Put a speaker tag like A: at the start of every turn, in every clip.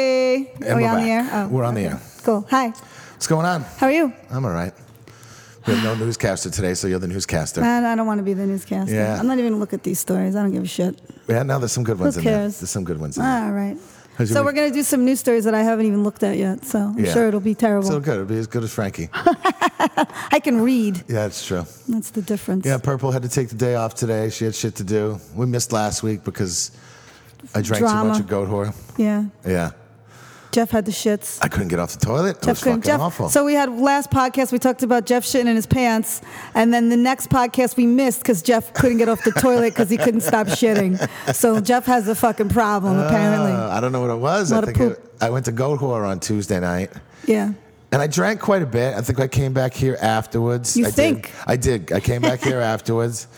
A: and
B: Are we
A: we're
B: on the
A: back.
B: air? Oh,
A: we're on the
B: okay.
A: air.
B: Cool. Hi.
A: What's going on?
B: How are you?
A: I'm all right. We have no newscaster today, so you're the newscaster.
B: Man, I don't want to be the newscaster.
A: Yeah.
B: I'm not even gonna look at these stories. I don't give a shit.
A: yeah, no, there's some good ones in there.
B: cares?
A: There's some good ones in there.
B: All right.
A: How's your
B: So we're
A: week?
B: gonna do some news stories that I haven't even looked at yet. So I'm
A: Yeah.
B: sure it'll be terrible.
A: So good. It'll be as good as Frankie.
B: I can read.
A: yeah, it's true.
B: That's the difference.
A: Yeah, Purple had to take the day off today. She had shit to do. We missed last week because I drank too
B: Drama.
A: much of goat whore.
B: Yeah.
A: Yeah.
B: Jeff had the shits.
A: I couldn't get off the toilet. it was
B: couldn't-
A: fucking awful.
B: So we had last podcast we talked about Jeff shitting in his pants, and then the next podcast we missed because Jeff couldn't get off the toilet because he couldn't stop shitting. So Jeff has a fucking problem apparently.
A: Uh, I don't know what it was. I
B: Lot of
A: think it,
B: poop.
A: I went to goat whore on Tuesday night.
B: yeah.
A: And I drank quite a bit. I think I came back here afterwards.
B: You
A: I
B: think?
A: Did. I did. I came back here afterwards,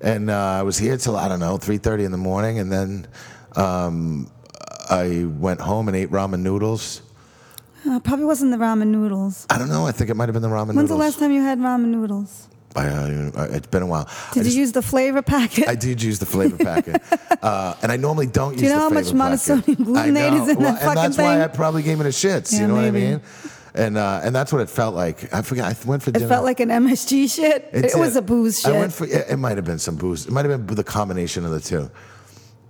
A: and uh, I was here till I don't know three thirty in the morning, and then um, I went home and ate ramen noodles.
B: Uh, probably wasn't the ramen noodles.
A: I don't know. I think it might have been the ramen
B: When's the
A: noodles.
B: last time you had ramen noodles?
A: I, uh, it's been a while.
B: Did
A: I, just-
B: you use the flavor packet?
A: I did use the flavor packet, uh, and I normally don't use.
B: you know
A: the
B: how much
A: flavor
B: monosodium
A: packet.
B: glutamate
A: I know.
B: is in
A: well,
B: that
A: and that's
B: fucking
A: why
B: thing?
A: I probably gave it a shits.
B: Yeah,
A: you know
B: maybe.
A: what I mean? And uh, and that's what it felt like. I forgot. I went for
B: it
A: dinner.
B: felt like an MSG shit.
A: It's
B: it was a booze shit.
A: I went for it, it might have been some booze. It might have been the combination of the two.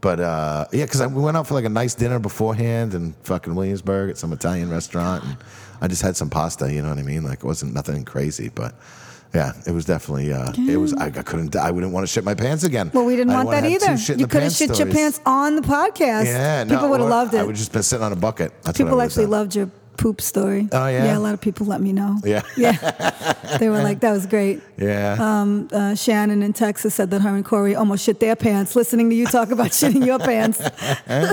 A: But uh, yeah, because we went out for like a nice dinner beforehand in fucking Williamsburg at some Italian restaurant, and I just had some pasta. You know what I mean? Like it wasn't nothing crazy, but yeah, it was definitely. Uh, it was. I, I couldn't. I wouldn't want to shit my pants again.
B: well, we didn't
A: I
B: want
A: wanna
B: that
A: have two
B: either.
A: shit in
B: You
A: the
B: could have
A: pants
B: shit your
A: stories.
B: pants on the podcast.
A: Yeah, no,
B: people would have
A: or
B: loved
A: I
B: it.
A: would just been sitting on a bucket. That's what I
B: people
A: would've
B: actually
A: done.
B: loved your poop story.
A: Oh, yeah?
B: yeah. A lot of people let me know.
A: Yeah.
B: yeah. They were like, "That was great."
A: Yeah.
B: Um, uh, Shannon in Texas said that her and Corey almost shit their pants listening to you talk about shitting your pants.
A: Eh?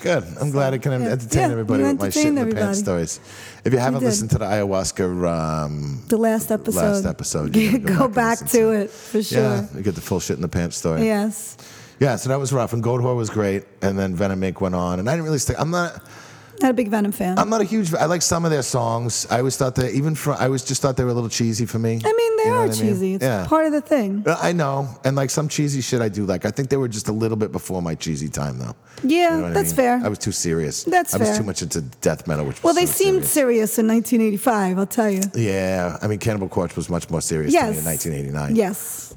A: Good. I'm glad I can
B: yeah.
A: entertain
B: Yeah,
A: everybody
B: you
A: with my shit
B: entertained
A: in the
B: everybody.
A: pants stories. If you haven't
B: did.
A: listened to the ayahuasca, um,
B: The last episode.
A: Last episode,
B: Go,
A: you gotta go back
B: back,
A: and listen
B: to
A: to
B: it for
A: yeah,
B: sure.
A: you get the full shit in the pants story. Yeah.
B: Yes.
A: so that was rough. And Gold Whore was great, and then Venom Inc. went on, and I didn't really stick. I'm not.
B: Not a big Venom fan.
A: I'm not a huge. I like some of their songs. I always thought that even for. I always just thought they were a little cheesy for me.
B: I mean, they
A: You know
B: are
A: what I mean?
B: cheesy. It's
A: yeah.
B: part of the thing.
A: Uh, I know, and like some cheesy shit I do like. I think they were just a little bit before my cheesy time, though.
B: Yeah,
A: what
B: Uh, that's fair.
A: I was too serious.
B: That's
A: I was
B: fair.
A: too much into death metal, which was
B: Well, they
A: so
B: seemed
A: serious.
B: serious in 1985, I'll tell you.
A: Yeah, I mean, Cannibal Corpse was much more serious to me
B: Yes.
A: in 1989.
B: Yes.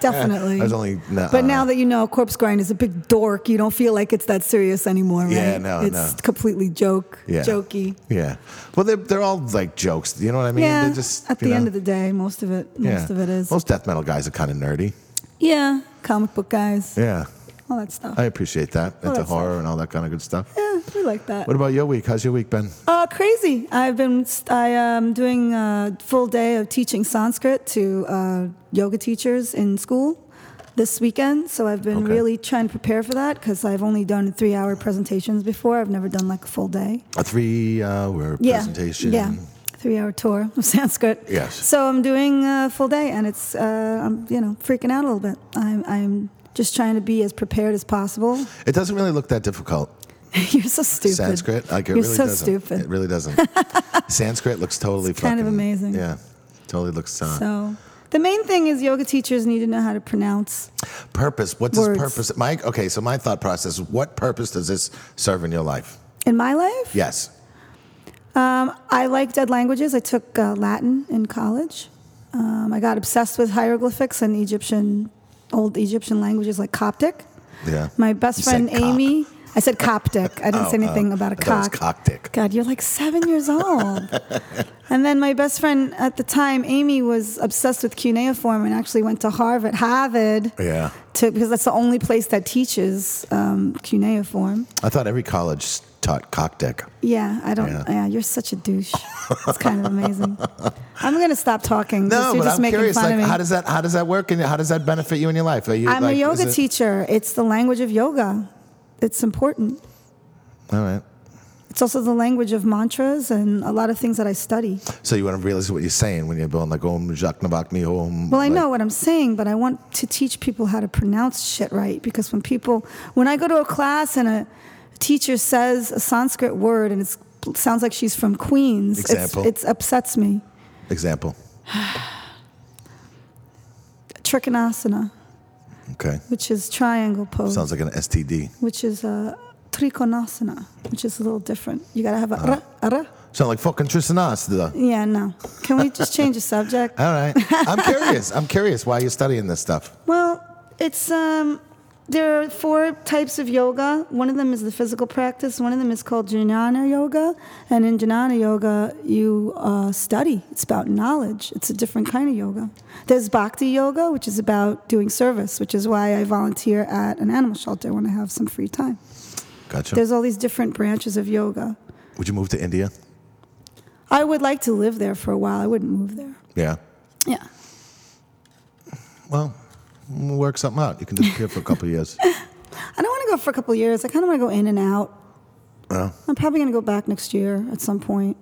B: Definitely.
A: I was only. uh, No,
B: but now that you know Corpse Grind is a big dork, you don't feel like it's that serious anymore, right?
A: Yeah, no,
B: It's
A: no.
B: completely joke,
A: Yeah.
B: jokey.
A: Yeah. Well, they're, they're all like jokes. You know what I mean?
B: yeah.
A: They're just.
B: at
A: you
B: the
A: know,
B: end of the day, most of it,
A: yeah.
B: most of it is.
A: Most death metal guys are kind of nerdy.
B: yeah. Comic book guys,
A: Yeah.
B: all that stuff.
A: I appreciate that.
B: Well,
A: into
B: Oh, that's
A: horror and all that kind of good stuff.
B: yeah, we like that.
A: What about your week? How's your week been?
B: Uh, crazy. I've been I am doing a full day of teaching Sanskrit to uh, yoga teachers in school this weekend. So I've been
A: Okay.
B: really trying to prepare for that because I've only done three hour presentations before. I've never done like a full day.
A: A three hour
B: Yeah.
A: presentation.
B: Yeah. Three hour tour of Sanskrit.
A: Yes.
B: So I'm doing a full day and it's, uh, I'm, you know, freaking out a little bit. I'm, I'm just trying to be as prepared as possible.
A: It doesn't really look that difficult.
B: You're so stupid.
A: Sanskrit, like it
B: You're
A: really
B: so
A: doesn't.
B: stupid.
A: It really doesn't. Sanskrit looks totally
B: It's kind of
A: fucking-
B: amazing.
A: Yeah, totally looks. Uh,
B: So the main thing is yoga teachers need to know how to pronounce.
A: Purpose. What's
B: Words.
A: his purpose? My okay. So my thought process: is, What purpose does this serve in your life?
B: In my life,
A: Yes.
B: um, I liked dead languages. I took uh, Latin in college. Um, I got obsessed with hieroglyphics and Egyptian, old Egyptian languages like Coptic.
A: Yeah.
B: My best
A: You said
B: friend
A: cock.
B: Amy, I said Coptic. I didn't say anything about a
A: oh, I thought
B: cock.
A: it was cocktick.
B: God, you're like seven years old. and then my best friend at the time, Amy, was obsessed with cuneiform and actually went to Harvard. Harvard.
A: Yeah.
B: to because that's the only place that teaches um, cuneiform.
A: I thought every college taught cocktick.
B: Yeah, I don't.
A: Yeah.
B: Yeah, you're such a douche. it's kind of amazing. I'm gonna stop talking. because
A: No,
B: you're
A: but
B: just
A: I'm
B: making
A: curious.
B: fun
A: Like,
B: of me.
A: how does that how does that work and how does that benefit you in your life? Are you?
B: I'm a
A: like, is
B: yoga
A: it-
B: teacher. It's the language of yoga. It's important.
A: All right.
B: It's also the language of mantras and a lot of things that I study.
A: So you want to realize what you're saying when you're going like Om Jacques Nabak Mi Om.
B: Well, I
A: like-
B: know what I'm saying, but I want to teach people how to pronounce shit right because when people, when I go to a class and a teacher says a Sanskrit word and it's, it sounds like she's from Queens, it's,
A: Example.
B: it upsets me.
A: Example.
B: Trikonasana,
A: Okay.
B: which is triangle pose,
A: Sounds like an STD.
B: which is a trikonasana, which is a little different. You gotta have a ra, a ra.
A: Sound like fucking Tristanas, though.
B: Yeah, no. Can we just change the subject?
A: All right. I'm curious. I'm curious why you're studying this stuff.
B: Well, it's um, there are four types of yoga. One of them is the physical practice. One of them is called jnana yoga, and in jnana yoga, you uh, study. It's about knowledge. It's a different kind of yoga. There's bhakti yoga, which is about doing service, which is why I volunteer at an animal shelter when I have some free time.
A: Gotcha.
B: There's all these different branches of yoga.
A: Would you move to India?
B: I would like to live there for a while. I wouldn't move there.
A: Yeah.
B: Yeah.
A: Well, we'll work something out. You can disappear for a couple of years.
B: I don't want to go for a couple of years. I kind of want to go in and out.
A: Yeah.
B: I'm probably going to go back next year at some point.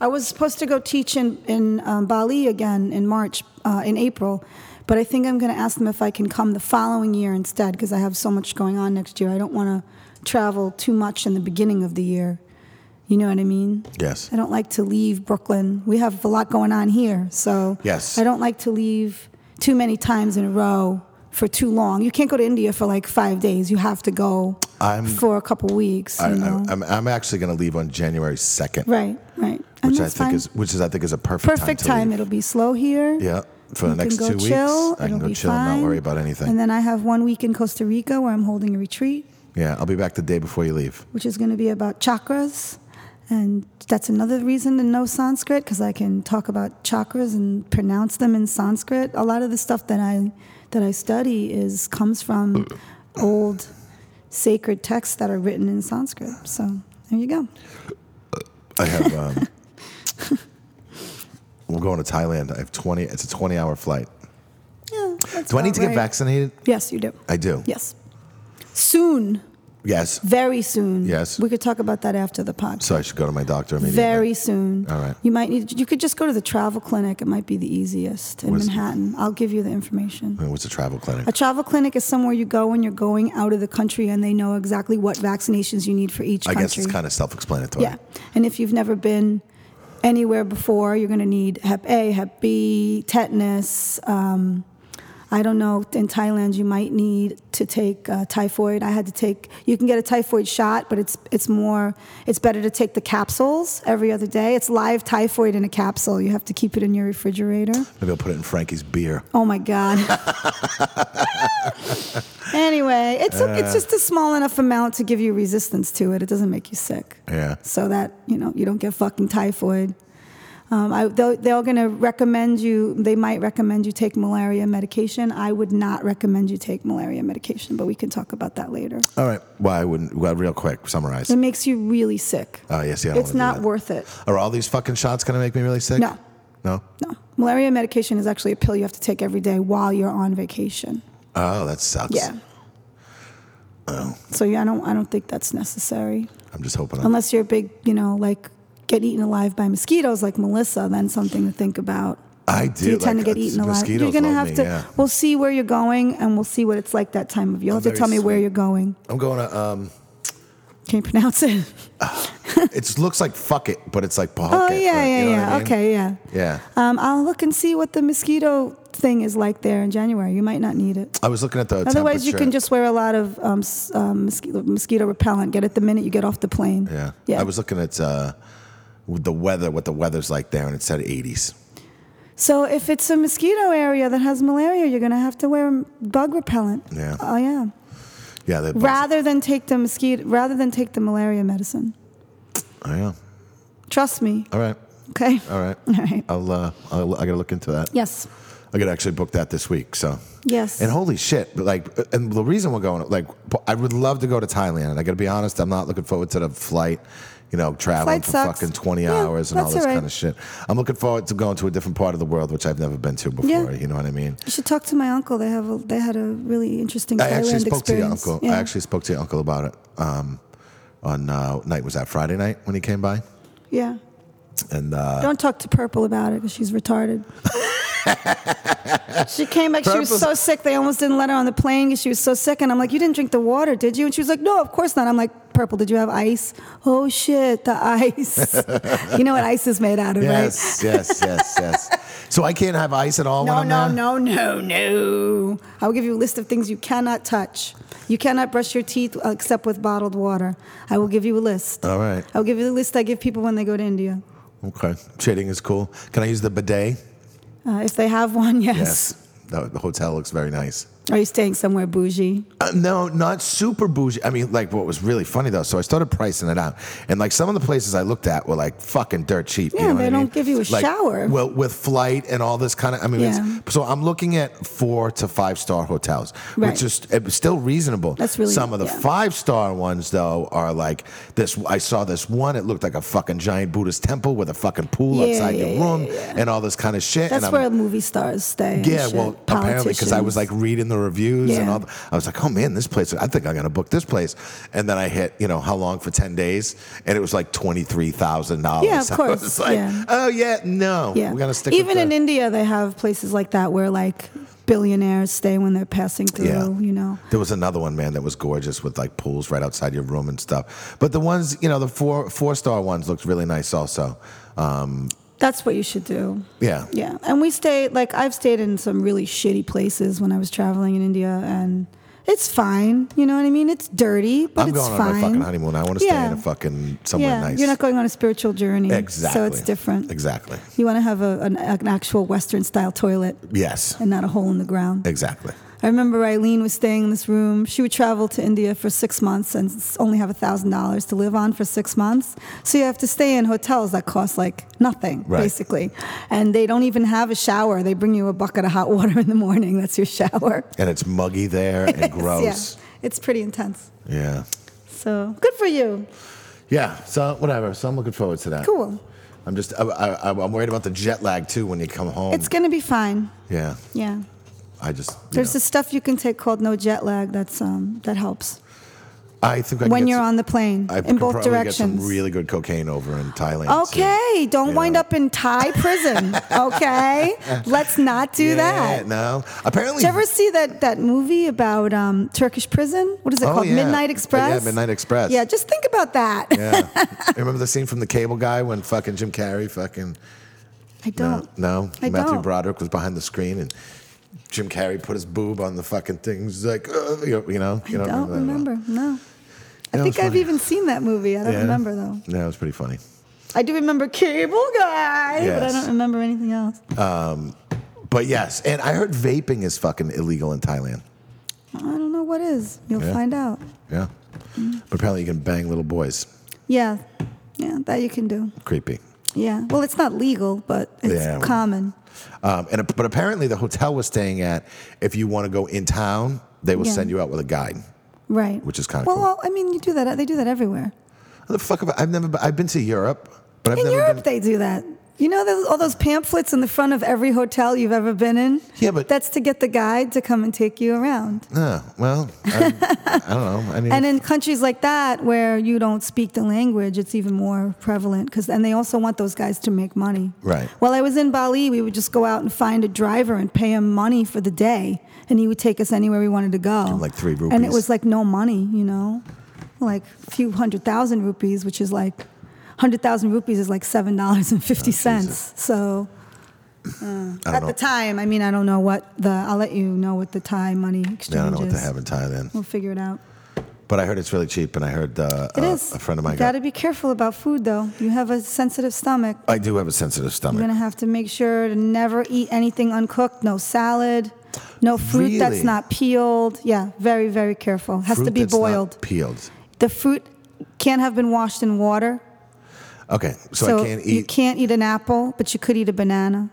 B: I was supposed to go teach in, in um, Bali again in March, uh, in April, but I think I'm going to ask them if I can come the following year instead because I have so much going on next year. I don't want to travel too much in the beginning of the year. You know what I mean?
A: Yes.
B: I don't like to leave Brooklyn. We have a lot going on here, so
A: Yes.
B: I don't like to leave too many times in a row for too long. You can't go to India for like five days. You have to go
A: I'm-
B: for a couple weeks.
A: I,
B: you know?
A: I, I'm, I'm actually going to leave on January 2nd,
B: right, right. And
A: which I
B: that's
A: think
B: fine.
A: is which is I think is a perfect
B: perfect
A: time.
B: time.
A: To leave.
B: It'll be slow here.
A: Yeah.
B: You
A: For the
B: can
A: next
B: go
A: two
B: chill.
A: weeks, I
B: It'll
A: can go
B: be
A: chill and
B: fine.
A: not worry about anything.
B: And then I have one week in Costa Rica where I'm holding a retreat,
A: yeah, I'll be back the day before you leave.
B: which is going to be about chakras. And that's another reason to know Sanskrit because I can talk about chakras and pronounce them in Sanskrit. A lot of the stuff that I that I study is comes from old sacred texts that are written in Sanskrit. So there you go.
A: I have. Um, we're going to Thailand. I have 20. It's a 20 hour flight.
B: Yeah, that's
A: Do I need
B: about
A: to get
B: Oh, right.
A: vaccinated?
B: Yes, you do.
A: I do.
B: Yes, soon.
A: Yes.
B: Very soon.
A: Yes.
B: We could talk about that after the podcast.
A: So I should go to my doctor immediately.
B: Very soon.
A: All right.
B: You might need. You could just go to the travel clinic. It might be the easiest in
A: Where's-
B: Manhattan. I'll give you the information.
A: I mean, what's a travel clinic?
B: A travel clinic is somewhere you go when you're going out of the country, and they know exactly what vaccinations you need for each
A: I
B: country.
A: guess it's kind of self explanatory.
B: Yeah. And if you've never been anywhere before, you're going to need Hep A, Hep B, tetanus. Um, I don't know. In Thailand, you might need to take uh, typhoid. I had to take. You can get a typhoid shot, but it's it's more. It's better to take the capsules every other day. It's live typhoid in a capsule. You have to keep it in your refrigerator.
A: Maybe I'll put it in Frankie's beer.
B: Oh my God. anyway, it's a, it's just a small enough amount to give you resistance to it. It doesn't make you sick.
A: Yeah.
B: So that you know you don't get fucking typhoid. Um, I, they're they're going to recommend you. They might recommend you take malaria medication. I would not recommend you take malaria medication, but we can talk about that later.
A: All right. Why wouldn't? Well, real quick, summarize.
B: It makes you really sick.
A: Oh, yes, yeah. I don't
B: Mm. it's
A: wanna do
B: not
A: that.
B: worth it.
A: Are all these fucking shots going to make me really sick?
B: No.
A: No?
B: No, malaria medication is actually a pill you have to take every day while you're on vacation.
A: Oh, that sucks.
B: Yeah. So yeah, I don't I don't think that's necessary.
A: I'm just hoping I'm.
B: Unless you're a big, you know, like get eaten alive by mosquitoes like Melissa, then something to think about.
A: I
B: Do
A: do.
B: you tend
A: like,
B: to get
A: uh,
B: eaten alive?
A: mosquitoes
B: You're gonna
A: love
B: have to.
A: me, yeah.
B: We'll see where you're going, and we'll see what it's like that time of year. You'll have to
A: very
B: tell me where
A: sweet.
B: you're going.
A: I'm going to. um
B: Can you pronounce it?
A: It looks like fuck it, but it's like
B: oh
A: Pawhucket.
B: yeah,
A: but
B: yeah,
A: you know what
B: yeah.
A: I mean?
B: Okay, yeah.
A: Yeah.
B: Um, I'll look and see what the mosquito thing is like there in January. You might not need it.
A: I was looking at the.
B: Otherwise, you
A: temperature.
B: can just wear a lot of um, s- um, mosquito, mosquito repellent. Get it the minute you get off the plane.
A: Yeah.
B: Yeah.
A: I was looking at uh, with the weather, what the weather's like there, and it said 80s.
B: So if it's a mosquito area that has malaria, you're going to have to wear m- bug repellent.
A: Yeah.
B: Oh yeah.
A: Yeah. That
B: Rather than take the mosquito, rather than take the malaria medicine.
A: Oh, yeah.
B: Trust me.
A: All right.
B: Okay.
A: All right.
B: All right.
A: I'll, uh, I'll, I gotta look into that.
B: Yes.
A: I gotta actually book that this week. So,
B: Yes.
A: and holy shit, but like, and the reason we're going, like, I would love to go to Thailand. And I gotta be honest, I'm not looking forward to the flight, you know, traveling
B: Flight
A: for
B: sucks.
A: fucking 20
B: Yeah,
A: hours and all
B: that's
A: this
B: all right.
A: kind of shit. I'm looking forward to going to a different part of the world, which I've never been to before.
B: Yeah.
A: You know what I mean?
B: you should talk to my uncle. They have a, they had a really interesting
A: I actually
B: Thailand
A: spoke to your
B: experience.
A: uncle.
B: Yeah.
A: I actually spoke to your uncle about it um, on uh, night. Was that Friday night when he came by?
B: yeah.
A: And uh,
B: Don't talk to Purple about it because she's retarded. She came back. She was
A: Purpose-
B: so sick. They almost didn't let her on the plane because she was so sick. And I'm like, "You didn't drink the water, did you?" And she was like, "No, of course not." I'm like, "Purple, did you have ice?" Oh shit, the ice. you know what ice is made out of, right?
A: Yes, yes, yes, yes. So I can't have ice at all
B: No,
A: when
B: no,
A: I'm there?
B: no, no, no. I will give you a list of things you cannot touch. You cannot brush your teeth except with bottled water. I will give you a list.
A: All right.
B: I will give you the list I give people when they go to India.
A: Okay. Shitting is cool. Can I use the bidet?
B: Uh, if they have one, yes.
A: The the hotel looks very nice.
B: Are you staying somewhere bougie?
A: Uh, no, not super bougie. I mean, like what was really funny though. So I started pricing it out, and like some of the places I looked at were like fucking dirt cheap. you
B: Yeah,
A: know what
B: they
A: I
B: don't
A: mean?
B: give you a
A: Like,
B: shower.
A: Well, with flight and all this kind of. I mean, it's-
B: Yeah.
A: so I'm looking at four to five star hotels,
B: Right.
A: which is it was still reasonable.
B: That's really-
A: some of the
B: yeah.
A: five star ones though are like this. I saw this one. It looked like a fucking giant Buddhist temple with a fucking pool
B: Yeah,
A: outside your
B: yeah, yeah,
A: room and all this kind of shit.
B: That's
A: and I'm,
B: where movie stars stay. and
A: yeah,
B: shit.
A: well, apparently because I
B: Politicians.
A: was like reading the reviews and
B: Yeah.
A: all. The, I was like, oh man, this place. I think I'm gonna book this place. And then I hit, you know, how long for ten days, and it was like twenty three thousand dollars.
B: Yeah, of
A: I was
B: course,
A: like,
B: yeah.
A: oh yeah, no,
B: Yeah.
A: we're gonna stick.
B: Even
A: with
B: in
A: the,
B: India, they have places like that where like billionaires stay when they're passing through.
A: Yeah.
B: You know.
A: There was another one, man, that was gorgeous with like pools right outside your room and stuff. But the ones, you know, the four four star ones looked really nice also. Um,
B: That's what you should do.
A: yeah.
B: Yeah. And we stay, like, I've stayed in some really shitty places when I was traveling in India, and it's fine. You know what I mean? It's dirty, but
A: I'm
B: it's
A: going on
B: fine.
A: my fucking honeymoon. I want to stay
B: Yeah.
A: in a fucking somewhere
B: yeah.
A: nice.
B: You're not going on a spiritual journey.
A: exactly.
B: So it's different.
A: Exactly.
B: You want to have a, an, an actual Western style toilet
A: Yes.
B: and not a hole in the ground.
A: Exactly.
B: I remember Eileen was staying in this room. She would travel to India for six months and s- only have $1,000 to live on for six months. So you have to stay in hotels that cost like nothing,
A: Right.
B: basically. And they don't even have a shower. They bring you a bucket of hot water in the morning. That's your shower.
A: and it's muggy there and gross.
B: Yeah, it's pretty intense.
A: yeah.
B: So good for you.
A: yeah, So whatever. So I'm looking forward to that.
B: Cool.
A: I'm just I, I, I'm worried about the jet lag too when you come home.
B: It's going to be fine.
A: yeah,
B: Yeah.
A: I just you
B: There's
A: know.
B: this stuff you can take called no jet lag that's um, that helps
A: I think I can
B: when
A: get
B: you're
A: some-
B: on the plane
A: I
B: in
A: can
B: both
A: probably
B: directions.
A: Get some really good cocaine over in Thailand. soon.
B: Okay, don't
A: you
B: wind
A: know.
B: up in Thai prison. Okay, let's not do
A: Yeah,
B: that.
A: No, apparently.
B: Did you ever see that that movie about um, Turkish prison? What is it
A: Oh,
B: called?
A: yeah.
B: Midnight Express.
A: Yeah, Midnight Express.
B: Yeah, just think about that.
A: yeah. Remember the scene from The Cable Guy when fucking Jim Carrey fucking
B: I don't.
A: no,
B: I
A: Matthew
B: don't.
A: Broderick was behind the screen and Jim Carrey put his boob on the fucking thing. He's like, "Ugh," you know, you know. you
B: I don't
A: that one.
B: remember. No. I
A: That
B: think
A: was
B: I've
A: funny.
B: even seen that movie. I don't
A: Yeah.
B: remember though.
A: No, it was pretty funny.
B: I do remember Cable Guy, but I
A: Yes.
B: don't remember anything else.
A: But yes, and I heard vaping is fucking illegal in Thailand.
B: I don't know what is. You'll
A: Yeah.
B: find out.
A: Yeah. But apparently you can bang little boys.
B: Yeah, yeah, that you can do.
A: Creepy.
B: Yeah. Well, it's not legal, but it's
A: Yeah.
B: common.
A: Um, and but apparently the hotel was staying at, if you want to go in town, they will
B: Yeah.
A: send you out with a guide.
B: Right.
A: Which is kinda
B: well,
A: cool.
B: I mean, you do that. They do that everywhere.
A: How the fuck have I, I've never been, I've been to Europe, but I've
B: In
A: never
B: Europe,
A: been.
B: they do that. You know those, all those pamphlets in the front of every hotel you've ever been in?
A: Yeah, but-
B: that's to get the guide to come and take you around.
A: No, well, I, I don't know. I mean,
B: And in countries like that where you don't speak the language, it's even more prevalent cuz and they also want those guys to make money.
A: Right.
B: While I was in Bali, we would just go out and find a driver and pay him money for the day and he would take us anywhere we wanted to go.
A: him, like, three
B: And it
A: rupees.
B: was like no money, you know. Like a few hundred thousand rupees, which is like 100,000 rupees is like $7.50.
A: Oh, Jesus.
B: so uh,
A: I don't
B: at
A: know.
B: the time, I mean, I don't know what the, I'll let you know what the Thai money exchange
A: Yeah, I don't know what they
B: is.
A: have in Thailand.
B: We'll figure it out.
A: But I heard it's really cheap, and I heard uh,
B: It
A: uh,
B: is.
A: a friend of mine
B: You got
A: got.
B: to be careful about food, though. You have a sensitive stomach.
A: I do have a sensitive
B: You're
A: stomach.
B: gonna have to make sure to never eat anything uncooked. No salad, no fruit that's
A: Really?
B: not peeled. Yeah, very very careful. Has to
A: Fruit
B: be
A: that's not
B: boiled.
A: peeled.
B: The fruit can't have been washed in water.
A: Okay, so, I can't
B: you
A: eat.
B: can't eat an apple, but you could eat a banana.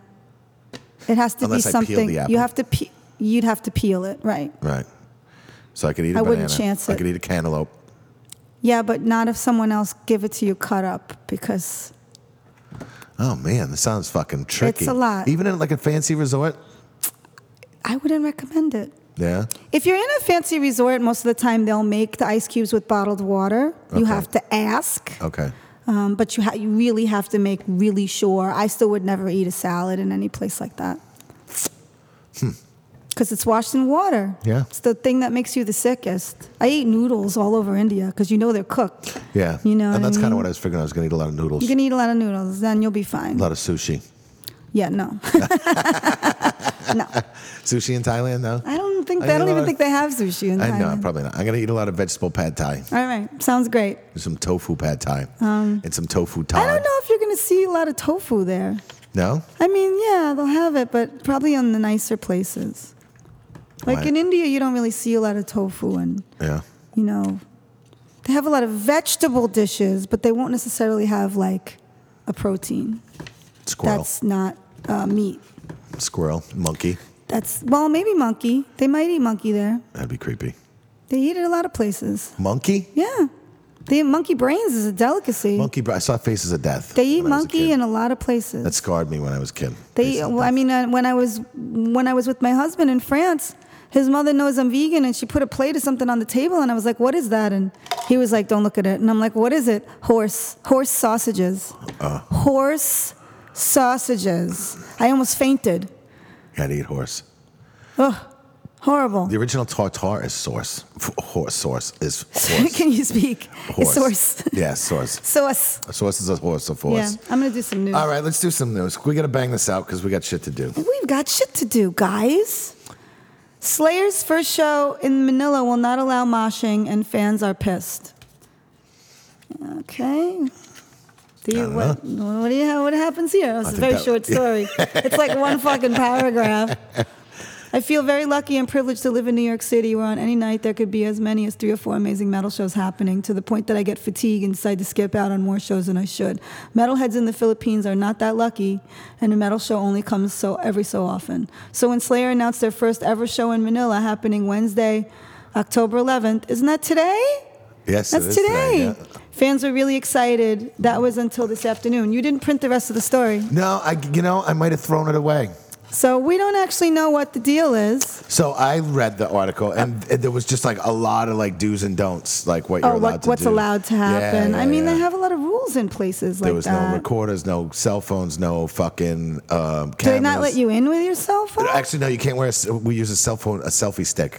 B: It has to
A: Unless
B: be
A: I peel the
B: something
A: apple.
B: you have to. Pe- you'd have to peel it, right?
A: right. So I could eat a
B: I
A: banana.
B: wouldn't chance
A: I
B: it.
A: could eat a cantaloupe.
B: Yeah, but not if someone else give it to you cut up because
A: Oh man, this sounds fucking tricky.
B: a lot.
A: Even in like a fancy resort.
B: I wouldn't recommend it.
A: Yeah.
B: If you're in a fancy resort, most of the time they'll make the ice cubes with bottled water. You
A: Okay.
B: have to ask,
A: Okay.
B: um, but you ha- you really have to make really sure. I still would never eat a salad in any place like that. because it's washed in water.
A: Hmm. Yeah.
B: It's the thing that makes you the sickest. I eat noodles all over India because you know they're cooked.
A: Yeah.
B: You know
A: And
B: what I
A: that's kind
B: mean?
A: of what I was figuring. I was going to eat a lot of noodles,
B: You can eat a lot of noodles, then you'll be fine.
A: a lot of sushi.
B: Yeah, no. no.
A: Sushi in Thailand, no?
B: I don't think
A: I
B: they, I
A: eat a
B: don't
A: lot
B: even
A: of-
B: think they have sushi in
A: I
B: Thailand.
A: know, probably not. I'm going to eat a lot of vegetable pad thai,
B: All right, sounds great.
A: some tofu pad thai, and some tofu
B: Um, I don't
A: tart.
B: know if you're going to see a lot of tofu there.
A: No?
B: I mean, yeah, they'll have it, but probably in the nicer places. Like
A: Right.
B: in India, you don't really see a lot of tofu, and
A: Yeah.
B: you know, they have a lot of vegetable dishes, but they won't necessarily have like a protein
A: Squirrel.
B: that's not uh, meat.
A: Squirrel. Monkey.
B: That's well, maybe monkey. They might eat monkey there.
A: That'd be creepy.
B: They eat it a lot of places.
A: Monkey?
B: Yeah, they monkey brains is a delicacy.
A: Monkey. br- I saw Faces of Death.
B: They eat
A: when I was a
B: monkey
A: kid.
B: in a lot of places.
A: That scarred me when I was a kid.
B: They,
A: Faces of
B: well, I
A: Death.
B: mean, uh, when I was when I was with my husband in France, his mother knows I'm vegan, and she put a plate of something on the table, and I was like, "What is that?" And he was like, "Don't look at it." And I'm like, "What is it?" Horse, horse sausages,
A: Uh.
B: horse sausages. I almost fainted.
A: You gotta eat horse.
B: Horrible.
A: The original tartar is source. F- horse source is horse.
B: Can you speak?
A: horse.
B: It's horse.
A: yeah, source.
B: Sauce.
A: A source is a horse, of
B: Yeah,
A: horse.
B: I'm gonna do some news.
A: All right, let's do some news. We gotta bang this out because we got shit to do.
B: We've got shit to do, guys. Slayer's first show in Manila will not allow moshing, and fans are pissed. Okay. Do you, what, what do you have? What happens here? It's a
A: think
B: very
A: that-
B: short story. it's like one fucking paragraph. I feel very lucky and privileged to live in New York City, where on any night there could be as many as three or four amazing metal shows happening, to the point that I get fatigued and decide to skip out on more shows than I should. Metalheads in the Philippines are not that lucky, and a metal show only comes so every so often. So when Slayer announced their first ever show in Manila, happening Wednesday, October 11th, isn't that today?
A: Yes, it
B: That's
A: is
B: today.
A: yeah.
B: Fans were really excited. That was until this afternoon. You didn't print the rest of the story.
A: No, I, you know, I might have thrown it away.
B: So we don't actually know what the deal is.
A: So I read the article, and there was just like a lot of like do's and don'ts, like what you're
B: Uh, oh,
A: allowed
B: what,
A: to
B: what's
A: do.
B: allowed to happen.
A: Yeah, yeah,
B: I mean,
A: yeah.
B: they have a lot of rules in places
A: There
B: like
A: was
B: that.
A: no recorders, no cell phones, no fucking um, cameras.
B: Do they not let you in with your cell phone?
A: Actually, no, you can't wear. A, s- we use a cell phone, a selfie stick,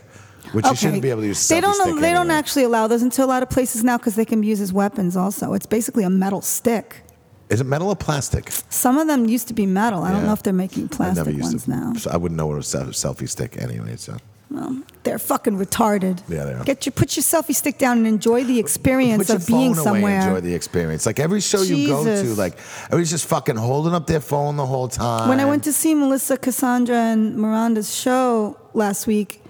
A: which you shouldn't be able to use. A selfie
B: They don't.
A: Stick
B: they don't
A: anyway.
B: actually allow those into a lot of places now because they can be used as weapons. Also, it's basically a metal stick.
A: Is it metal or plastic?
B: Some of them used to be metal. I don't
A: Yeah.
B: know if they're making
A: I never
B: plastic
A: used
B: ones
A: it.
B: now.
A: So I wouldn't know what a sel- selfie stick anyway. So
B: Well, they're fucking retarded.
A: Yeah, they are.
B: Get your put your selfie stick down and enjoy the experience
A: put your
B: of being
A: phone
B: somewhere.
A: away. Enjoy the experience. Like every show you go to,
B: Jesus.
A: like everybody's just fucking holding up their phone the whole time.
B: When I went to see Melissa, Cassandra, and Miranda's show last week,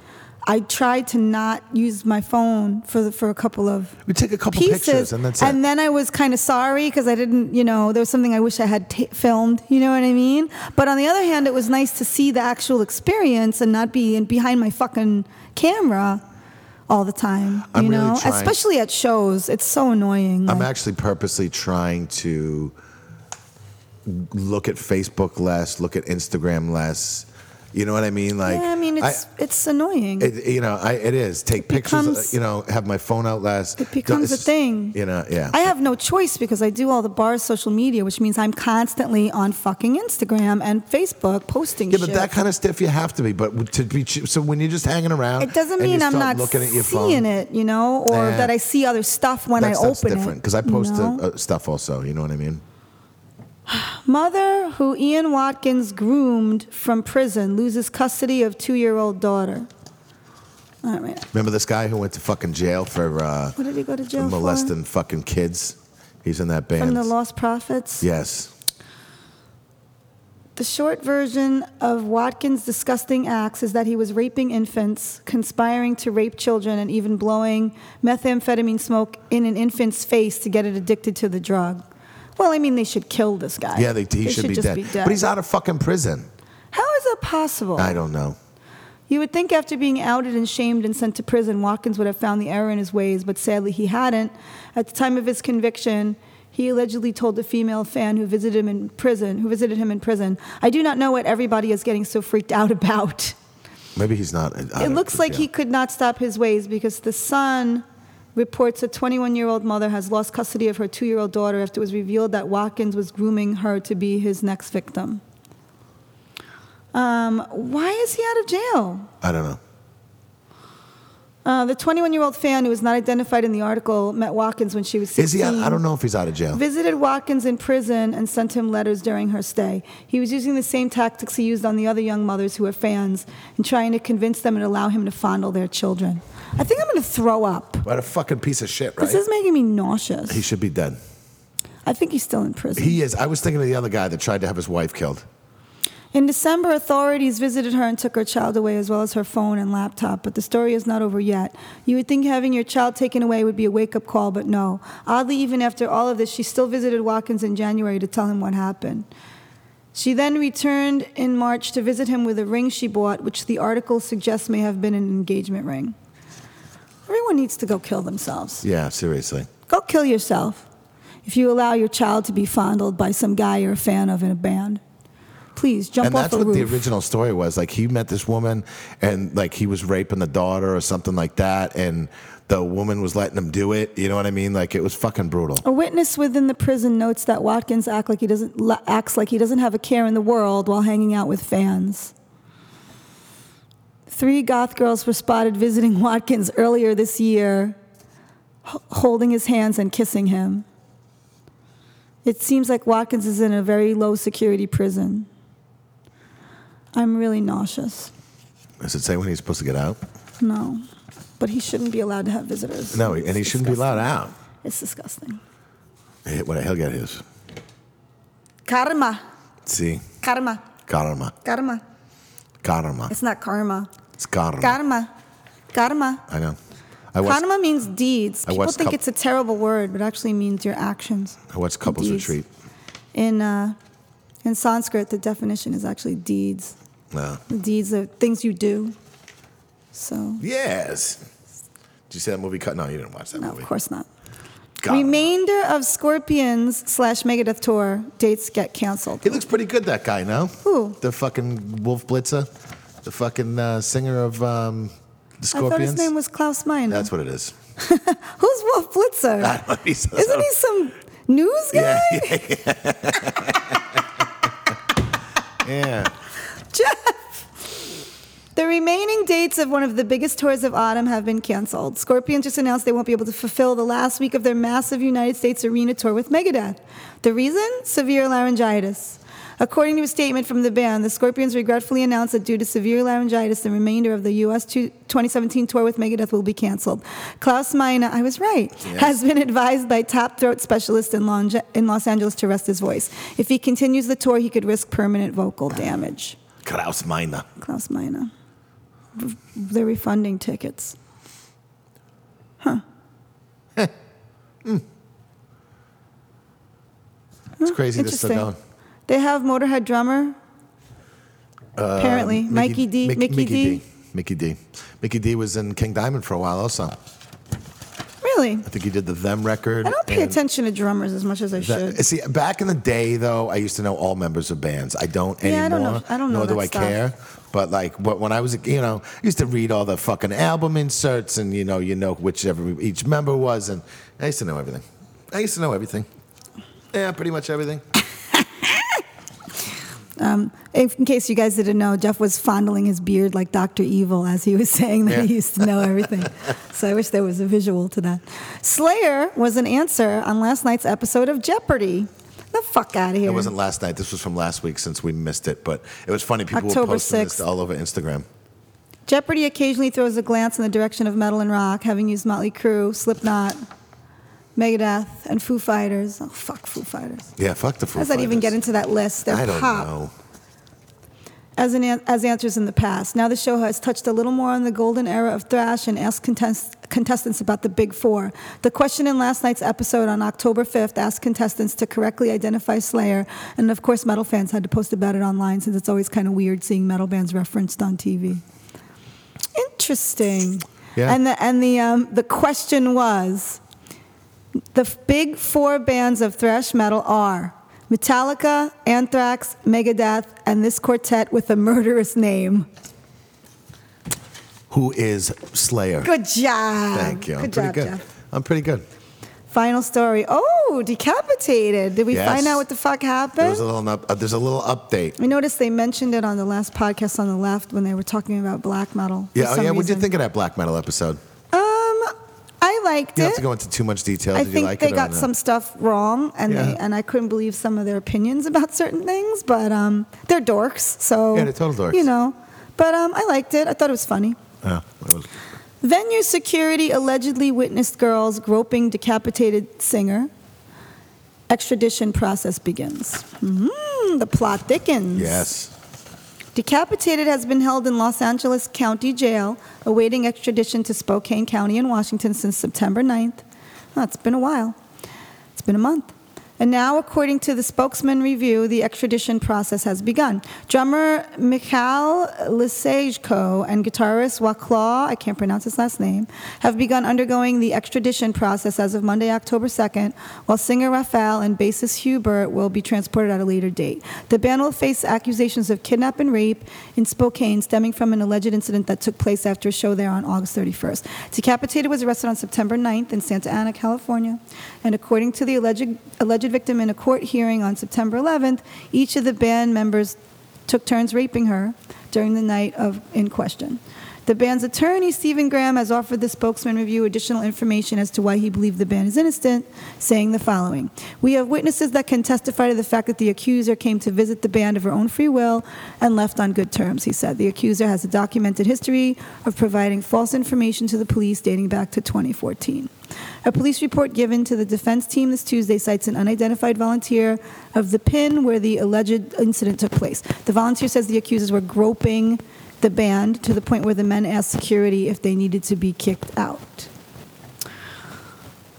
B: I tried to not use my phone for the, for a couple of
A: we take a couple
B: pieces,
A: pictures and that's it.
B: then I was kind of sorry because I didn't, you know, there was something I wish I had ta filmed. You know what I mean? But on the other hand, it was nice to see the actual experience and not be in behind my fucking camera all the time. You
A: I'm really
B: know,
A: trying-
B: especially at shows, it's so annoying.
A: I'm
B: like-
A: actually purposely trying to look at Facebook less, look at Instagram less. You know what I mean? Like,
B: yeah, I mean, it's it's annoying.
A: it, you know, I, it is take pictures. uh,
B: becomes-
A: you know, have my phone out less.
B: It becomes
A: It's
B: a
A: just-
B: thing.
A: You know, yeah.
B: I have no choice because I do all the bar's social media, which means I'm constantly on fucking Instagram and Facebook posting
A: yeah,
B: shit.
A: but that kind of stuff you have to be. But to be ch- so when you're just hanging around,
B: it doesn't
A: and you
B: mean I'm
A: start
B: not
A: looking at your
B: seeing
A: phone,
B: it, you know, or
A: Yeah.
B: that I see other stuff when
A: that
B: I
A: stuff's
B: open
A: different
B: it.
A: because I post
B: you know?
A: uh, uh, stuff also. You know what I mean?
B: Mother who Ian Watkins groomed from prison loses custody of two-year-old daughter. All right.
A: Remember this guy who went to fucking jail for uh,
B: What did he go to jail for?
A: molesting fucking kids? He's in that band.
B: From the Lost Prophets.
A: Yes.
B: The short version of Watkins' disgusting acts is that he was raping infants, conspiring to rape children, and even blowing methamphetamine smoke in an infant's face to get it addicted to the drug. Well, I mean, they should kill this guy.
A: Yeah, they, he should, be,
B: just
A: dead.
B: be dead.
A: But he's out of fucking prison.
B: How is that possible?
A: I don't know.
B: You would think after being outed and shamed and sent to prison, Watkins would have found the error in his ways, but sadly he hadn't. At the time of his conviction, he allegedly told a female fan who visited him in prison, who visited him in prison, "I do not know what everybody is getting so freaked out about."
A: Maybe he's not.
B: It looks like he could not stop his ways because the son reports a 21 year old mother has lost custody of her two year old daughter after it was revealed that Watkins was grooming her to be his next victim. Um, why is he out of jail?
A: I don't know.
B: Uh, the 21 year old fan who was not identified in the article met Watkins when she was 16.
A: Is he? Out, I don't know if he's out of jail.
B: Visited Watkins in prison and sent him letters during her stay. He was using the same tactics he used on the other young mothers who were fans and trying to convince them and allow him to fondle their children. I think I'm going to throw up.
A: What a fucking piece of shit, right?
B: This is making me nauseous.
A: he should be dead.
B: I think he's still in prison.
A: He is. I was thinking of the other guy that tried to have his wife killed.
B: In December, authorities visited her and took her child away, as well as her phone and laptop. But the story is not over yet. You would think having your child taken away would be a wake up call, but no. Oddly, even after all of this, she still visited Watkins in January to tell him what happened. She then returned in March to visit him with a ring she bought, which the article suggests may have been an engagement ring. Everyone needs to go kill themselves.
A: Yeah, seriously.
B: Go kill yourself if you allow your child to be fondled by some guy you're a fan of in a band. Please jump
A: and
B: off
A: that's
B: the
A: what
B: roof.
A: the original story was. Like he met this woman, and like he was raping the daughter or something like that, and the woman was letting him do it. You know what I mean? Like it was fucking brutal.
B: A witness within the prison notes that Watkins act like he doesn't la- acts like he doesn't have a care in the world while hanging out with fans. Three goth girls were spotted visiting Watkins earlier this year, h- holding his hands and kissing him. It seems like Watkins is in a very low security prison. I'm really nauseous.
A: Does it say when he's supposed to get out?
B: No. But he shouldn't be allowed to have visitors.
A: No, and he
B: It's
A: shouldn't be allowed out.
B: disgusting. It's disgusting.
A: Eh, What he'll get his.
B: Karma.
A: See,
B: Karma.
A: karma,
B: Karma.
A: karma.
B: It's not karma.
A: It's karma.
B: Karma. Karma.
A: I know. I watched.
B: Karma means deeds.
A: I
B: People
A: watched
B: think
A: coup-
B: it's a terrible word, but it actually means your actions.
A: I watched couples
B: Deeds.
A: retreat.
B: In uh, in Sanskrit, the definition is actually deeds.
A: No.
B: Deeds are things you do. So
A: Yes. Did you see that movie? Cut. No, you didn't watch that
B: no,
A: movie.
B: of course not.
A: Karma.
B: Remainder of Scorpions slash Megadeth tour dates get canceled.
A: He looks pretty good, that guy, no?
B: Who?
A: The fucking Wolf Blitzer. The fucking uh, singer of um, the
B: I
A: Scorpions.
B: thought his name was Klaus Meine.
A: That's what it is.
B: Who's Wolf Blitzer?
A: That's what he says.
B: Isn't he some news guy?
A: Yeah, yeah, yeah. yeah.
B: Jeff. The remaining dates of one of the biggest tours of autumn have been canceled. Scorpion just announced they won't be able to fulfill the last week of their massive United States arena tour with Megadeth. The reason? Severe laryngitis. According to a statement from the band, the Scorpions regretfully announced that due to severe laryngitis, the remainder of the U.S. two- 2017 tour with Megadeth will be canceled. Klaus Meine, I was right, has been advised by top throat specialists in, Longe- in Los Angeles to rest his voice. If he continues the tour, he could risk permanent vocal damage.
A: Klaus Meiner.
B: Klaus Meine. They're refunding tickets.
A: It's crazy this is still going.
B: They have Motorhead drummer. apparently, Mikey, D.
A: Mick-
B: Mickey, D.
A: Uh, Mickey D. Mickey D was in King Diamond for a while also. I
B: Really?
A: think he did the Them record.
B: I don't pay
A: and
B: attention to drummers as much as I
A: that-
B: should.
A: see, back in the day, though, I used to know all members of bands. I don't
B: Yeah, I don't know-
A: anymore.
B: I don't know
A: Nor do
B: that
A: I
B: stuff.
A: care. But like, but when I was, you know, I used to read all the fucking album inserts, and you know, you know which every, each member was, and I used to know everything. I used to know everything. Yeah, pretty much everything.
B: Um, If- In case you guys didn't know, Jeff was fondling his beard like Dr. Evil as he was saying that he
A: Yeah.
B: used to know everything. so I wish there was a visual to that. Slayer was an answer on last night's episode of Jeopardy. The fuck out of here.
A: It wasn't last night. This was from last week since we missed it, but it was funny. People
B: October
A: were posting
B: 6th.
A: this all over Instagram.
B: Jeopardy occasionally throws a glance in the direction of metal and rock, having used Motley Crue, Slipknot, Megadeth, and Foo Fighters. Oh, fuck Foo Fighters.
A: Yeah, fuck the. Foo
B: How does that even
A: Fighters.
B: get into that list? They're
A: I don't
B: pop
A: know.
B: As, an, an- as answers in the past. Now the show has touched a little more on the golden era of thrash and asked contest, contestants about the big four. The question in last night's episode on October 5th asked contestants to correctly identify Slayer, and of course, metal fans had to post about it online since it's always kind of weird seeing metal bands referenced on TV. Interesting.
A: Yeah.
B: And the and the um, the question was, the f- big four bands of thrash metal are Metallica, Anthrax, Megadeth, and this quartet with a murderous name.
A: Who is Slayer?
B: Good job.
A: Thank you. I'm
B: Good
A: pretty
B: job,
A: good.
B: Jeff.
A: I'm pretty good.
B: Final story. Oh, Oh, decapitated. Did we
A: Yes.
B: find out what the fuck
A: There
B: happened?
A: was a little up, uh, there's a little update.
B: I noticed they mentioned it on the last podcast on the left when they were talking about black metal. for
A: Yeah, oh,
B: some
A: yeah. What did you
B: reason.
A: think of that black metal episode?
B: Um, I liked
A: You
B: it.
A: don't have to go into too much detail.
B: I
A: Did
B: think
A: you like
B: they
A: it or
B: got
A: not?
B: some stuff wrong, and they,
A: Yeah.
B: and I couldn't believe some of their opinions about certain things. But um, they're dorks, so
A: Yeah, they're total dorks.
B: You know, but um, I liked it. I thought it was funny.
A: Yeah, it Oh, was-
B: Venue security allegedly witnessed girls groping decapitated singer. Extradition process begins. Mm, the plot thickens.
A: yes.
B: Decapitated has been held in Los Angeles County Jail, awaiting extradition to Spokane County in Washington since September 9th. Oh, it's been a while. It's been a month. And now, according to the spokesman review, the extradition process has begun. Drummer Mikhail Lisejko and guitarist Waklaw, I can't pronounce his last name, have begun undergoing the extradition process as of Monday, October 2nd, while singer Raphael and bassist Hubert will be transported at a later date. The band will face accusations of kidnap and rape in Spokane stemming from an alleged incident that took place after a show there on August 31st. Decapitated was arrested on September 9th in Santa Ana, California, and according to the alleged, alleged victim in a court hearing on September 11th, each of the band members took turns raping her during the night of in question. The band's attorney, Stephen Graham, has offered the spokesman review additional information as to why he believed the band is innocent, saying the following We have witnesses that can testify to the fact that the accuser came to visit the band of her own free will and left on good terms, he said. The accuser has a documented history of providing false information to the police dating back to 2014. A police report given to the defense team this Tuesday cites an unidentified volunteer of the pin where the alleged incident took place. The volunteer says the accusers were groping the band to the point where the men asked security if they needed to be kicked out.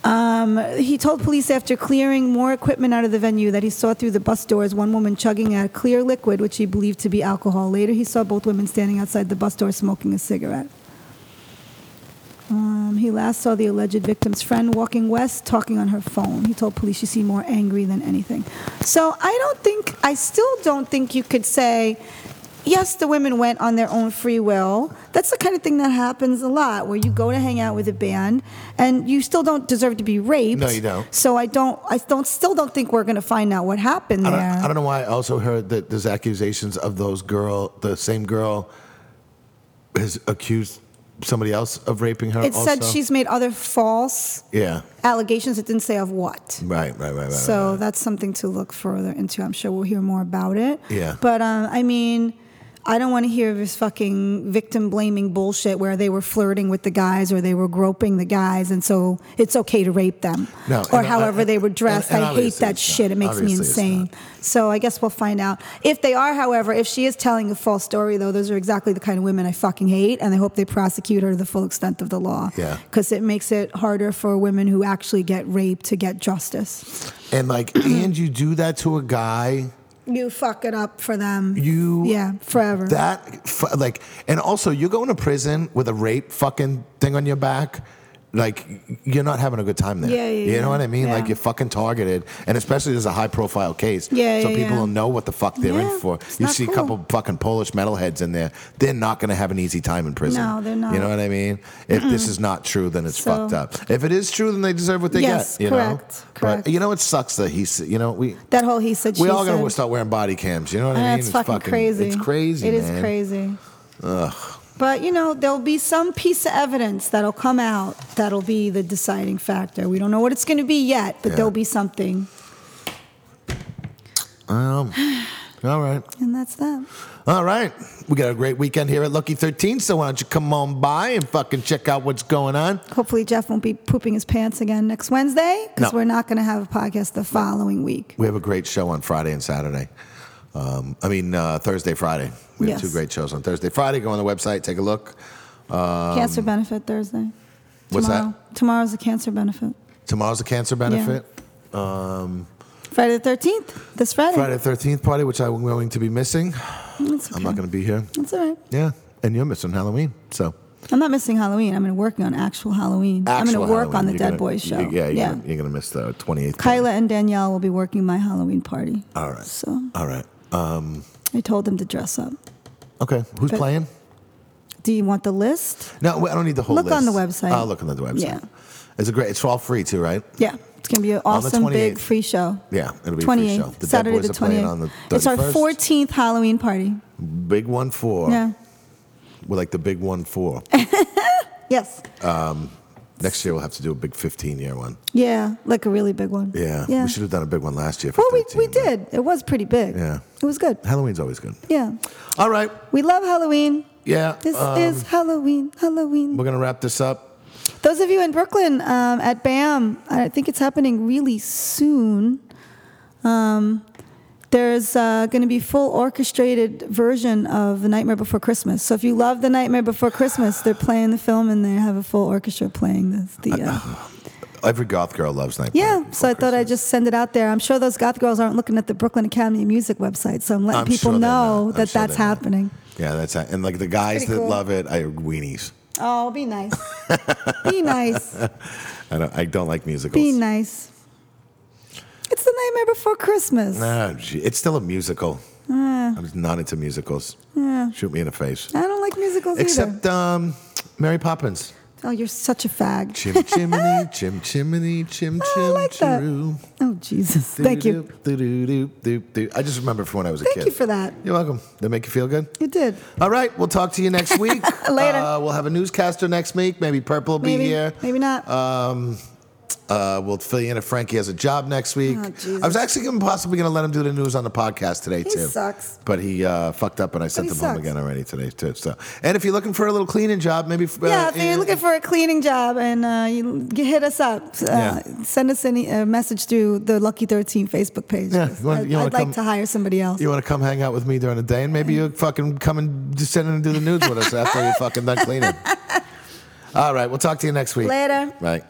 B: Um, he told police after clearing more equipment out of the venue that he saw through the bus doors one woman chugging at clear liquid, which he believed to be alcohol. Later, he saw both women standing outside the bus door smoking a cigarette. Um, he last saw the alleged victim's friend walking west, talking on her phone. He told police she seemed more angry than anything. So I don't think, I still don't think you could say, yes, the women went on their own free will. That's the kind of thing that happens a lot, where you go to hang out with a band and you still don't deserve to be raped.
A: No, you don't.
B: So I don't, I don't, still don't think we're going to find out what happened
A: I
B: there.
A: don't, I don't know why. I also heard that there's accusations of those girl, the same girl, has accused somebody else of raping her.
B: it said
A: also.
B: she's made other false
A: Yeah.
B: allegations. It didn't say of what.
A: Right. Right. Right. Right.
B: So
A: right.
B: that's something to look further into. I'm sure we'll hear more about it.
A: Yeah.
B: But um, I mean, I don't want to hear this fucking victim blaming bullshit where they were flirting with the guys or they were groping the guys, and so it's okay to rape them.
A: No,
B: or
A: and I-
B: however they were
A: and-
B: dressed.
A: and
B: I hate
A: obviously
B: that
A: it's not.
B: shit. It makes me
A: Obviously it's not.
B: insane. So I guess we'll find out. If they are, however, if she is telling a false story, though, those are exactly the kind of women I fucking hate, and I hope they prosecute her to the full extent of the law.
A: Yeah.
B: Because it makes it harder for women who actually get raped to get justice.
A: and like, and you do that to a guy.
B: you fuck it up for them.
A: You
B: yeah, forever.
A: That f- like, and also you go into prison with a rape fucking thing on your back. Like you're not having a good time there.
B: Yeah, yeah,
A: You
B: yeah.
A: know what I mean? Like
B: Yeah.
A: you're fucking targeted, and especially there's a high profile case.
B: Yeah,
A: So
B: yeah,
A: people
B: yeah.
A: will know what the fuck they're
B: Yeah,
A: in for.
B: it's
A: You
B: not
A: see
B: cool.
A: a couple fucking Polish metalheads in there. They're not going to have an easy time in prison.
B: No, they're not.
A: You know what I mean? If this is not true, then it's
B: So-
A: fucked up. If it is true, then they deserve what they
B: Yes,
A: get. You
B: correct,
A: Know?
B: correct.
A: But you know it sucks that he's. You know we.
B: that whole he said she
A: We all
B: said.
A: gotta start wearing body cams. You know what I
B: Ah,
A: mean?
B: That's fucking, crazy.
A: It's crazy.
B: It is
A: man.
B: crazy. Ugh. But you know, there'll be some piece of evidence that'll come out that'll be the deciding factor. We don't know what it's going to be yet, but
A: Yeah.
B: there'll be something,
A: All right.
B: and that's that.
A: All right. We got a great weekend here at Lucky 13, so why don't you come on by and fucking check out what's going on?
B: Hopefully, Jeff won't be pooping his pants again next Wednesday because
A: No.
B: we're not going to have a podcast the following week.
A: We have a great show on Friday and Saturday. Um, I mean, uh, Thursday, Friday. We have
B: Yes.
A: two great shows on Thursday, Friday. Go on the website, take a look.
B: cancer benefit Thursday.
A: Um, what's that?
B: Tomorrow. Tomorrow's a cancer benefit.
A: Tomorrow's a cancer benefit. Um,
B: Friday the 13th, this Friday.
A: Friday the 13th party, which I'm going to be missing.
B: That's okay.
A: I'm not going to be here.
B: That's all right.
A: Yeah. And you're missing Halloween, so.
B: I'm not missing Halloween. I'm going to work on actual Halloween. I'm going
A: Actual
B: to work
A: Halloween,
B: on the
A: you're
B: Dead
A: gonna-
B: Boys show.
A: you- yeah, you're, Gonna, you're gonna miss the 28th.
B: Kyla and Danielle will be working my Halloween party.
A: All right.
B: So
A: All right. Um,
B: I told them to dress up.
A: okay. Who's
B: But-
A: playing?
B: Do you want the list?
A: No, I don't need the whole
B: Look
A: list.
B: on the website.
A: I'll look on the website.
B: Yeah.
A: It's a great. It's all free too, right?
B: Yeah. It's going to be an awesome, big
A: 28th.
B: free show.
A: Yeah, it'll be a free
B: 28th,
A: show. The
B: Saturday
A: Dead Boys
B: the
A: are playing
B: 28th.
A: on the 31st.
B: it's our 14th Halloween party.
A: Big one four.
B: Yeah.
A: We're like the big one four.
B: Yes.
A: Next year we'll have to do a big 15 year one.
B: Yeah, like a really big one.
A: Yeah.
B: Yeah.
A: We should have done a big one last year. For
B: well, we,
A: 13,
B: we
A: but
B: did. It was pretty big.
A: Yeah.
B: It was good.
A: Halloween's always good.
B: Yeah.
A: All right.
B: We love Halloween.
A: Yeah.
B: This
A: um,
B: is Halloween. Halloween.
A: We're going to wrap this up.
B: Those of you in Brooklyn um, at BAM, I think it's happening really soon. Um, there's uh, going to be full orchestrated version of The Nightmare Before Christmas. So if you love The Nightmare Before Christmas, they're playing the film and they have a full orchestra playing this. The uh,
A: Every goth girl loves Nightmare. Oh,
B: yeah.
A: Before
B: So I thought
A: Christmas.
B: I'd just send it out there. I'm sure those goth girls aren't looking at the Brooklyn Academy of Music website, so I'm letting
A: I'm
B: people
A: sure they're not.
B: know
A: I'm
B: that
A: sure
B: that's
A: they're not.
B: happening.
A: Yeah, that's it. And like the guys
B: Pretty
A: that
B: cool.
A: love it, I weenies.
B: Oh, be nice. be nice.
A: I don't, I don't like musicals.
B: Be nice. It's the Nightmare Before Christmas.
A: Ah, gee, it's still a musical.
B: Ah.
A: I'm just not into musicals.
B: Hmm.
A: Shoot me in the face.
B: I don't like musicals either.
A: Except um, Mary Poppins.
B: Oh, you're such a fag.
A: Chim chimney, chim chimney, chim
B: I
A: chim
B: like that.
A: chiroo.
B: Oh, Jesus. Thank you.
A: Doo-doo-doo-doo-doo-doo. I just remember from when I was a
B: Thank
A: kid.
B: you for that.
A: You're welcome. That make you feel good?
B: You did.
A: All right, we'll talk to you next week.
B: Later.
A: Uh, we'll have a newscaster next week. Maybe Purple will be
B: Maybe.
A: here.
B: Maybe not.
A: Um, uh, we'll fill you in if Frankie has a job next week.
B: Oh, Jesus.
A: I was actually gonna, possibly going to let him do the news on the podcast today,
B: He
A: too.
B: sucks.
A: But he uh, fucked up and I sent
B: he
A: him home
B: sucks.
A: again already today, too. So, And if you're looking for a little cleaning job, maybe. Uh,
B: yeah, if
A: in-
B: you're looking for a cleaning job and uh, you g- hit us up, uh,
A: Yeah.
B: send us any, a message through the Lucky 13 Facebook page.
A: Yeah, you wanna-
B: I'd,
A: you wanna
B: I'd like
A: come-
B: to hire somebody else.
A: You want to come hang out with me during the day, and maybe you fucking come and just sit in and do the news with us after you fucking done cleaning. All right, we'll talk to you next week.
B: Later.
A: Right.